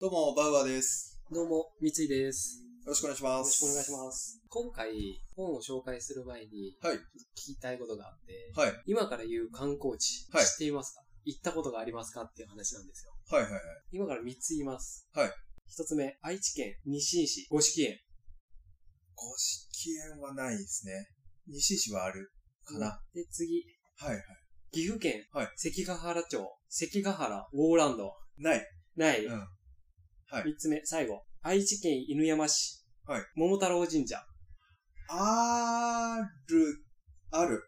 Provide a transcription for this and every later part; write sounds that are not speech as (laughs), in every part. どうも、バウアーです。どうも、三井です。よろしくお願いしまよろしす。くお願いします。今回、本を紹介する前に、はい聞きたいことがあって、はい。今から言う観光地、はい知っていますか行ったことがありますかっていう話なんですよ。はいはいはい。今から3つ言います。はい。 1つ目、愛知県日清市五色園。五色園はないですね。西市はあるかな。で、次、はいはい。岐阜県、はい関ヶ原町、関ヶ原ウォーランド。ない。ない。うん。はい3つ目、最後、愛知県犬山市、はい桃太郎神社。ある、ある、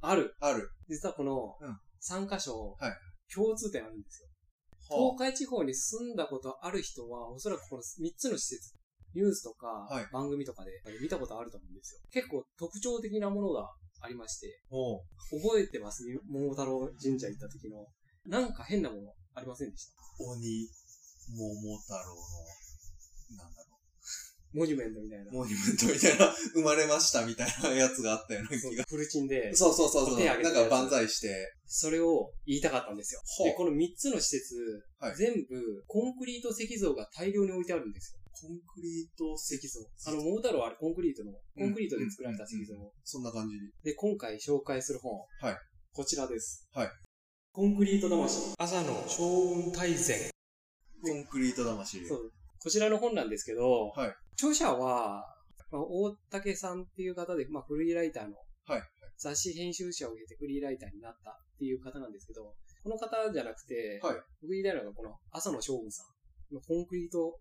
ある。ある。実はこのうん、 3箇所、はい共通点あるんですよ。は東海地方に住んだことある人は、おそらくこの3つの施設、ニュースとかはい、番組とかで見たことあると思うんですよ。結構特徴的なものがありまして、あ、おう覚えてます桃太郎神社行った時の、なんか変なものありませんでした鬼、桃太郎の、なんだろモニュメントみたいな。う。モニュメントみたいな、生まれましたみたいなやつがあったような (laughs) そ気うが。フルチンで、そうそうそうそう。手な挙げてんるやかつ万歳して。それを言いたかったんですよ。ほうで、この3つの施設、はい全部コンクリート石像が大量に置いてあるんですよ。コンクリート石像。あの、桃太郎はあれコンクリートの、コンクリートで作られた石像。そんな感じに。で、今回紹介する本。はいこちらです。はいコンクリート魂。朝の将軍大全。コンクリート魂。そう。こちらの本なんですけど、はい著者は、まあ、大竹さんっていう方で、まあ、フリーライターの、はい雑誌編集者を経てフリーライターになったっていう方なんですけど、この方じゃなくて、はい僕言いたいのがこの朝の将軍さんのコンクリート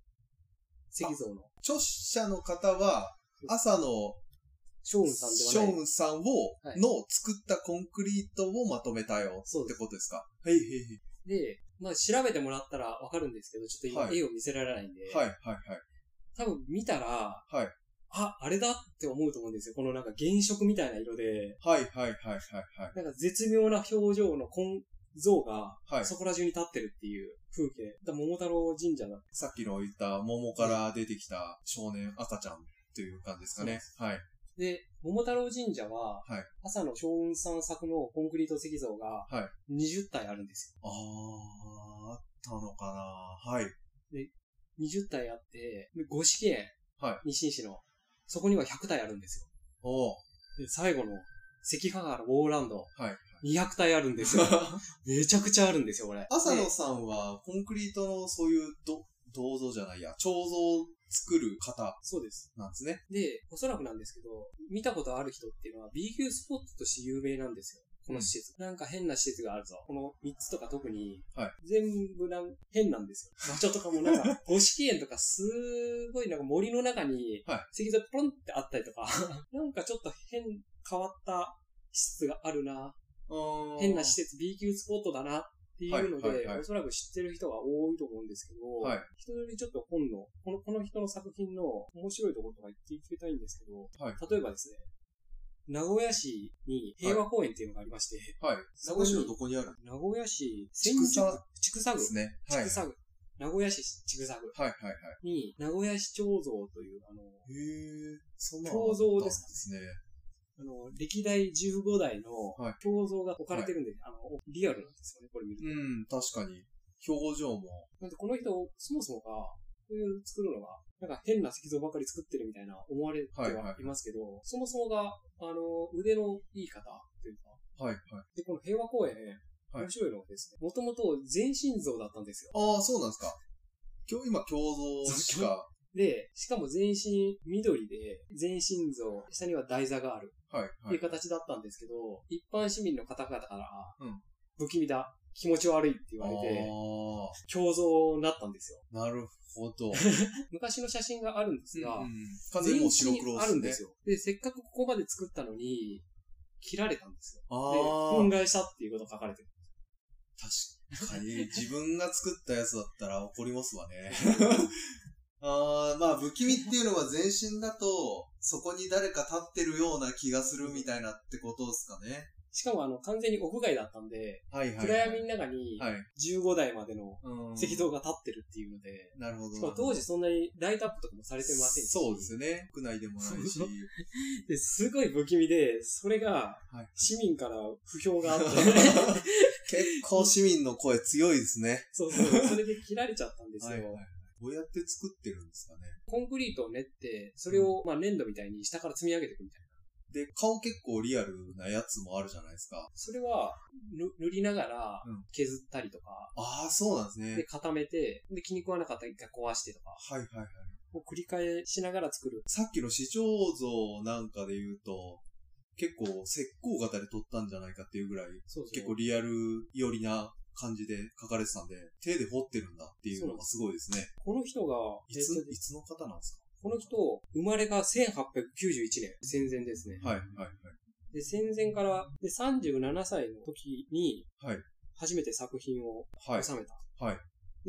石像の著者の方は、朝の将軍さんでシはョない。ーンさんを、はいの作ったコンクリートをまとめたよそうってですことですかはいはいで、まあ、調べてもらったらわかるんですけど、ちょっとは今い絵を見せられないんで、はい。はいはい多分見たら、はいあ、あれだって思うと思うんですよ。このなんか原色みたいな色で、はい。はいはいはいはいはい。なんか絶妙な表情の根像が、はい。そこら中に立ってるっていう風景。だから桃太郎神社だって。さっきの言った桃から出てきた少年赤ちゃんっていう感じですかね。はい。で、桃太郎神社は、はい朝の将軍さん作のコンクリート石像がは20体あるんですあー、あったのかなはい。よ。20体あって、で五色園、は日清市の、そこには100体あるんですよ。おーで、最後の、関ヶ原ウォーランド。 (laughs) はい。 200体あるんで (laughs) すよ。めちゃくちゃあるんですよ、これ。朝で野さんは、コンクリートのそういうど銅像じゃないや、彫像を作る方そうです。なんですね。で、おそらくなんですけど、見たことある人っていうのは B 級スポットとして有名なんですよ。この施設。なんか変な施設があるぞ。この3つとか特に、は全部なん変なんですよ。場所とかもな (laughs) んか、五色園とかすごいなんか森の中にはい、石像ポロンってあったりとか、 (laughs) なんかちょっと変、変わった施設があるな変な施設 B 級スポットだなっていうので、はいはいはいおそらく知ってる人が多いと思うんですけど、はい人よりちょっと本のこの、この人の作品の面白いところとか言っていきたいんですけど、はい例えばですね、名古屋市に平和公園っていうのがありまして、はい。名古屋市のどこにあるん名古屋市千千住草区、千草で区、すね。はい。千草区、名古屋市千草区はいはいはい。に、名古屋市彫像という、あの、へえ、そん彫像ですすね。あの、歴代15代のはい彫像が置かれてるんで、あの、リアルなんですよね、これ見ると。うん、確かに。表情も。なんでこの人、そもそもが、こういうの作るのが、なんか変な石像ばかり作ってるみたいな思われてははいはいいますけど、そもそもが、あの、腕のいい方というか、はいはい。で、この平和公園、はい面白いのがですね、もともと全身像だったんですよ。ああ、そうなんですか。今日今、胸像しか。で、しかも全身緑で、全身像、下には台座があるはいっはていい。う形だったんですけど、一般市民の方々からうん、不気味だ、気持ち悪いって言われて、あ胸像になったんですよ。あ、なるほど。昔の写真があるんですが、完全にもう白全黒身であするね。んですよ。で、せっかくここまで作ったのに、切られたんですよ。で、あ憤慨したっていうことが書かれてる。あ、確かに。自分が作ったやつだったら怒りますわ (laughs) ね。ああ、まあ、不気味っていうのは全身だと、そこに誰か立ってるような気がするみたいなってことですかね。しかもあの、完全に屋外だったんで、はいはい、はい。暗闇の中にはい。 15台までのうん石像が立ってるっていうので、なるほど。しかも当時そんなにライトアップとかもされてませんしそうですよね。国内でもないし。ですごい不気味で、それが (laughs) はい、市民から不評があって、 (laughs) 結構市民の声強いですね。そうそう、それで切られちゃったんですよ。はいはいどうやって作ってるんですかね。コンクリートを練って、それを、まあ、粘土みたいに下から積み上げていくみたいな。で、顔結構リアルなやつもあるじゃないですか。それは、ぬ塗りながらうん削ったりとか、ああ、そうなんですで、ね。固めて、で、気に食わなかったら一回壊してとか、はいはいはい。を繰り返しながら作る。さっきの市長像なんかで言うと、結構石膏型で撮ったんじゃないかっていうぐらい、そうそう。結構リアル寄りな感じで書かれてたんで、手で彫ってるんだっていうのがすごいですね。この人が、いえっつ、といつの方なんですこの人、生まれが1891年、戦前ですね。かはい、はい、はい。で、戦前から、で、37歳の時に、はい初めて作品をはい、収めた。はい。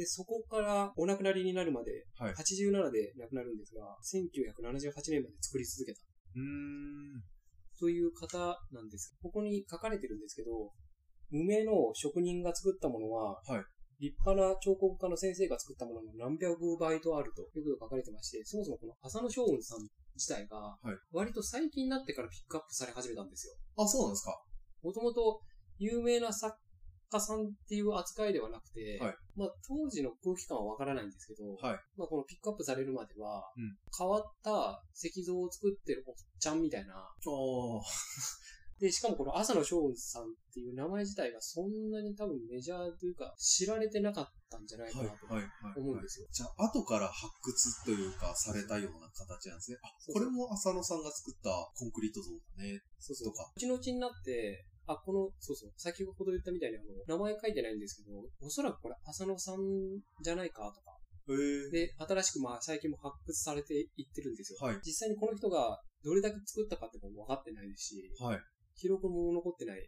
で、そこからお亡くなりになるまで、はい87で亡くなるんですが、1978年まで作り続けた。うーん。という方なんです。ここに書かれてるんですけど、梅の職人が作ったものは、はい立派な彫刻家の先生が作ったものの何百倍とあるということが書かれてまして、そもそもこの浅野翔雲さん自体がい、割と最近になってからピックアップされ始めたんですよ。あ、そうなんですかもともと有名な作家さんっていう扱いではなくて、はいまあ当時の空気感はわからないんですけど、はい。まあこのピックアップされるまでは、うん変わった石像を作ってるおっちゃんみたいな、ああ、で、しかもこの朝野翔雲さんっていう名前自体がそんなに多分メジャーというか知られてなかったんじゃないかはい、なはい、はい。と思うんですよ。じゃあ、後から発掘というか、されたような形なんですね。あ、そうこれも浅野さんが作ったコンクリート像だね。そうそそううか。後々になって、あ、この、そうそう、先ほど言ったみたいにあの、名前書いてないんですけど、おそらくこれ浅野さんじゃないかとか。へえ。で、新しくまあ最近も発掘されていってるんですよ。はい、実際にこの人がどれだけ作ったかってことも分かってないですし、はい。記録も残ってない。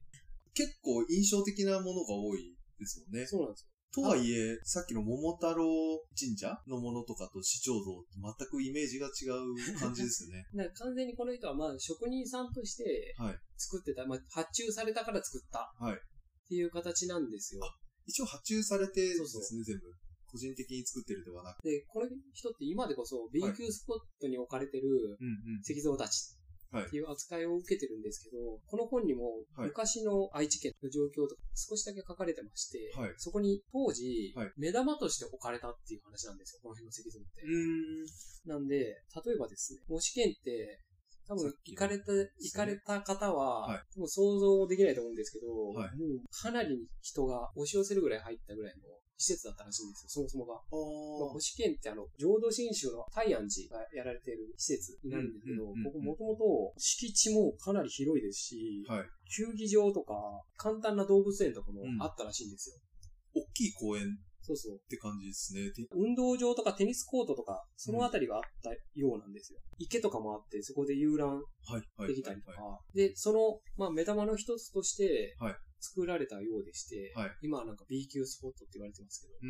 結構印象的なものが多いですもんね。そうなんですよ。とはいえ、さっきの桃太郎神社のものとかと市長像って全くイメージが違う感じです (laughs) よね。なんか完全にこの人はまあ職人さんとしてはい作ってた、まあ発注されたから作ったはいっていう形なんですよ。一応発注されてるんですね、そう全部。個人的に作ってるではなく。で、この人って今でこそ B 級スポットに置かれてるうんうん。石像たちっていう扱いを受けてるんですけど、この本にもはい昔の愛知県の状況とか少しだけ書かれてまして、はいそこに当時はい目玉として置かれたっていう話なんですよ、この辺の石像って。なんで、例えばですね、模試験って、多分さっ、き行かれた、行かれた方は、はいもう想像できないと思うんですけど、はいもうかなり人が押し寄せるぐらい入ったぐらいの施設だったらしいんですよ、そもそもが。まあ、あ模試験ってあの、浄土真宗の大安寺がやられている施設になるんですけど、うんうんうんうんここもともと敷地もかなり広いですし、あ。はい。球技場とか、簡単な動物園とかもうんあったらしいんですよ。大きい公園っそうそう。て感じですね。て運動場とかテニスコートとか、そのあたりがあったようなんですよ。池とかもあって、そこで遊覧はい、はい。できたりとはいか、で、その、まあ、目玉の一つとしてはい、作られたようでして、はい今はなんか B 級スポットって言われてますけど、うー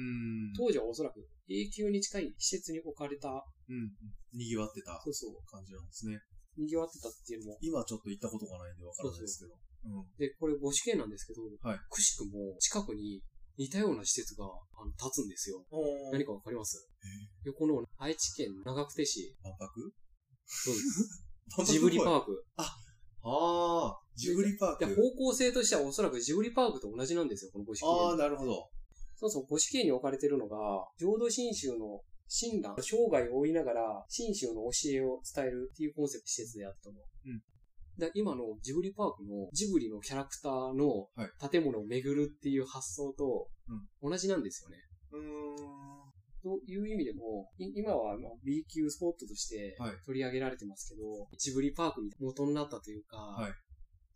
ん。当時はおそらく A 級に近い施設に置かれた、うん。賑わってたそうそう、感じなんですね。賑わってたっていうのも、今ちょっと行ったことがないんでわからないですけど。うん。で、これ、母子圏なんですけど、はいくしくも近くに似たような施設があの建つんですよ。お何かわかります横の愛知県長久手市、万博そうです。ジブリーク。パーク。ああ、ジブリパーで、ク。方向性としてはおそらくジブリパークと同じなんですよ、この母子あ圏あ、。なるほど。そうそう、五子形に置かれてるのが、浄土真宗の親鸞、生涯を追いながら、真宗の教えを伝えるっていうコンセプト施設であったの。うん。だ今のジブリパークのジブリのキャラクターのは建物を巡るっていう発想と同じなんですよね。うーん。という意味でも、い今はあの B 級スポットとしてはい取り上げられてますけど、ジブリパークに元になったというか、はい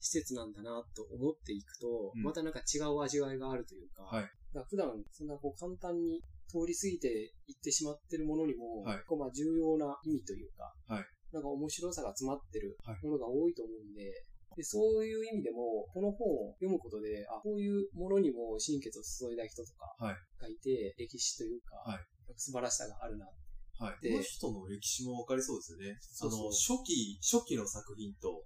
施設なんだなと思っていくと、うんまたなんか違う味わいがあるというか、はいだから普段そんなこう簡単に通り過ぎていってしまってるものにも、はいこうまあ重要な意味というか、はいなんか面白さが詰まってるはいものが多いと思うんで、で、そういう意味でも、この本を読むことで、あ、こういうものにも心血を注いだ人とかはいがいて、歴史というか、はいなんか素晴らしさがあるな。はい。でこの人の歴史もわかりそうですよね。そうそあの、初う期、初期の作品と、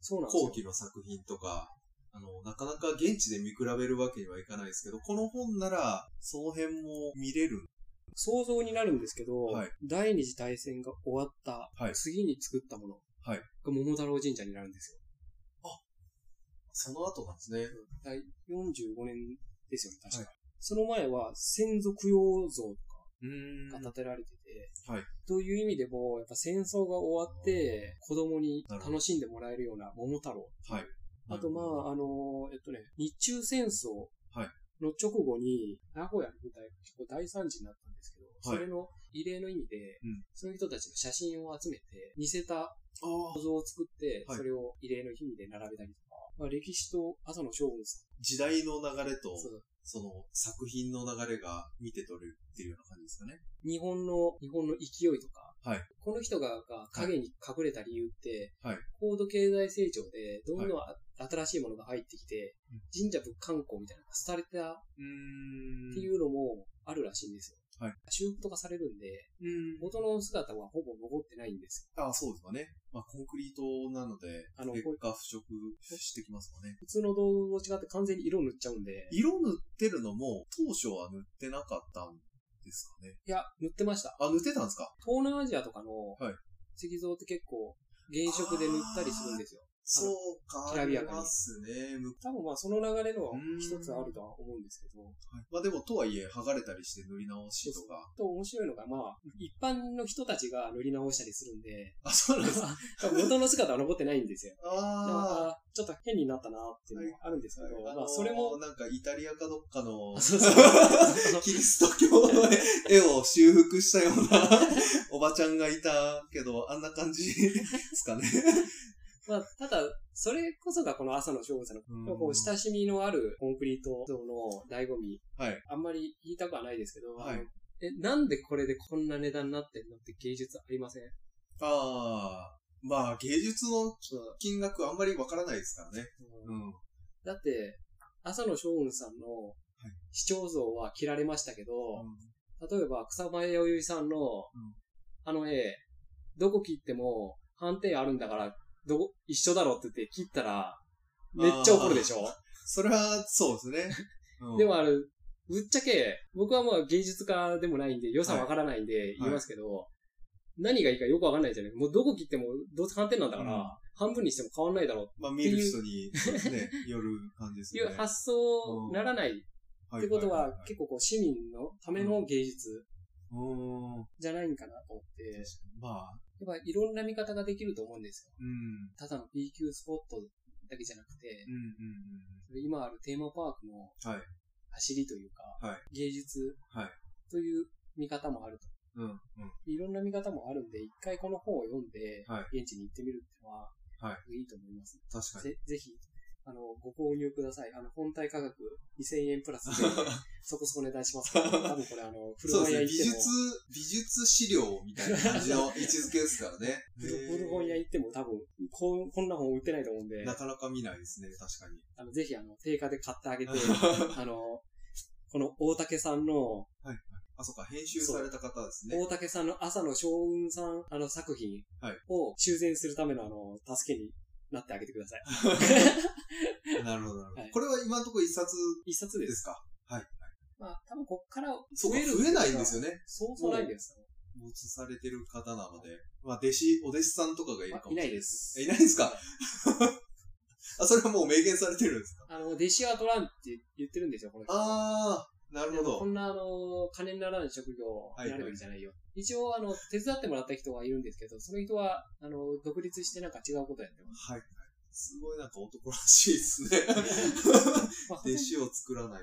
そうなんですよ。後期の作品とか、あの、なかなか現地で見比べるわけにはいかないですけど、この本なら、その辺も見れる。想像になるんですけど、はい第二次大戦が終わった、はい次に作ったものはがい桃太郎神社になるんですよ。その後なんですね。第45年ですよね、確か。はその前は先祖供養像とか、うんが建てられてて、はいという意味でも、やっぱ戦争が終わって、子供に楽しんでもらえるような桃太郎。はい。あと、まあ、あの、えっとね、日中戦争はいの直後に、名古屋の舞台が結構大惨事になったんですけど、はいそれの異例の意味で、うんその人たちの写真を集めて、似せたあ構造を作って、はいそれを異例の意味で並べたりとか、まあ、歴史と朝の将軍さーん時代の流れと、そうその作品の流れが見て取れるっていうような感じですかね。日本の、日本の勢いとか、はいこの人がが影に隠れた理由って、はい高度経済成長でどんどんあ新しいものが入ってきて、うん神社仏観光みたいなのが廃れたっうーんていうのもあるらしいんですよ。はい修復とかされるんで、うん。元の姿はほぼ残ってないんですよ。ああ、そうですかね。まあ、コンクリートなので、あの劣化腐食してきますもんね。普通の道具と違って完全に色塗っちゃうんで、い色塗ってるのも、当初は塗ってなかったんですかね。や、塗ってました。あ、塗ってたんですか東南アジアとかのはい石像って結構原色で塗ったりするんですよ。そうか、きらびやかありにますね。む (laughs) 多分まあその流れの一つあるとは思うんですけど、まあでも、とはいえ、剥がれたりして塗り直しとか。と面白いのがまあ一般の人たちが塗り直したりするん (laughs) で、あ、そうなんですか。元の姿は残ってないんですよ。だかああ。らちょっと変になったなっていうのはあるんですけど、あまのあ (laughs) それも、なんか、イタリアかどっかの、(laughs) そうそうキリスト教の絵を修復したような (laughs) おばちゃんがいたけど、あんな感じです (laughs) かね。まあただ、それこそがこの朝の正午さんの、うんこう親しみのあるコンクリート像の醍醐味、はい。あんまり言いたくはないですけど、はいあのえ、なんでこれでこんな値段になってるのって芸術ありませんああ。まあ、芸術の金額あんまりわからないですからね。うんん。だって、朝の将軍さんのい視聴像は切られましたけど、例えば草間彌生さんの、んあの絵、どこ切っても判定あるんだから、どこ、一緒だろって言って切ったら、めっちゃ怒るでしょそれは、そうですね。うんでもあれ、ぶっちゃけ、僕はまあ芸術家でもないんで、良さわからないんで言いますけど、何がいいかよくわかんないじゃないもうどこ切ってもどうせ反転なんだから、うん半分にしても変わんないだろうっまあ、見る人に、そうですね、よる感じですてよいね。う発想ならないっってことは、結構こう市民のための芸術構、うーんじゃないんかなと思って、やっまあ、ぱいろんな見方ができると思うんですよ。うん、ただの B 級スポットだけじゃなくてうん、、うん、それ今あるテーマパークのはい走りというか、は芸術はいという見方もあると。うん、うん、うん。いろんな見方もあるんで、一回この本を読んで、は現地に行ってみるっていうのは、、はいいと思います。確かに。ぜぜひ、あの、ご購入ください。あの、本体価格2000円プラス (laughs) で、そこそこ値段しますから、多分これあの、古そう本です屋ね、行美って術も、、。美術資料みたいな感じの位置づけですからね古本屋行っても多分こう、こんな本売ってないと思うんで、なかなか見ないですね、確かに。あのぜひあの、定価で買ってあげ (laughs) て、あの、この大竹さんの、あ、そっか、編集された方ですね。大竹さんの朝の将軍さん、あの作品はいを修繕するためのあの、助けになってあげてください。なるほど、なるほどはいこれは今のところ一冊一冊で。ですすかまあ、多分こっからそうか、増えないんですよね。ね。そうそうないです。没されてる方なので。まあ、弟子、お弟子さんとかがいるまかあもしれいなないい。です。えいないんですかあ、それはもう明言されてるんですかあの、弟子は取らんって言ってるんですよ、この人。あー、なるほこど。んな、あの、金にならない職業になるべきじゃないよ。一応、あの、手伝ってもらった人がいるんですけど、その人は、あの、独立してなんか違うことやってます。はい。すごいなんか男らしいです (laughs) ね。まあ、ほと弟んど子を作らない。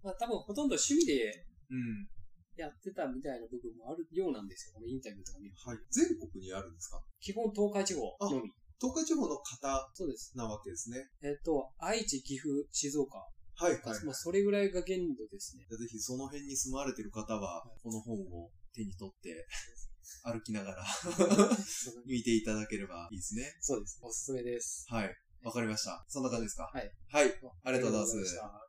まあ、多分ほとんど趣味でうん。やってたみたいな部分もあるようなんですよ、このインタビューとか見ると。はい。全国にあるんですか基本、東海地方のみ。東海地方の方そうです。なわけですね。えっと、愛知、岐阜、静岡。はい、はい。まあ、それぐらいが限度です (laughs) ね。じゃあぜひその辺に住まわれてる方は、この本を手に取って、歩きな (laughs) がら見ていただければいいですね。そうです。おすすめです。はい。わかりました。そんな感じですかはい。はい。ありがとうございますありがとうございました。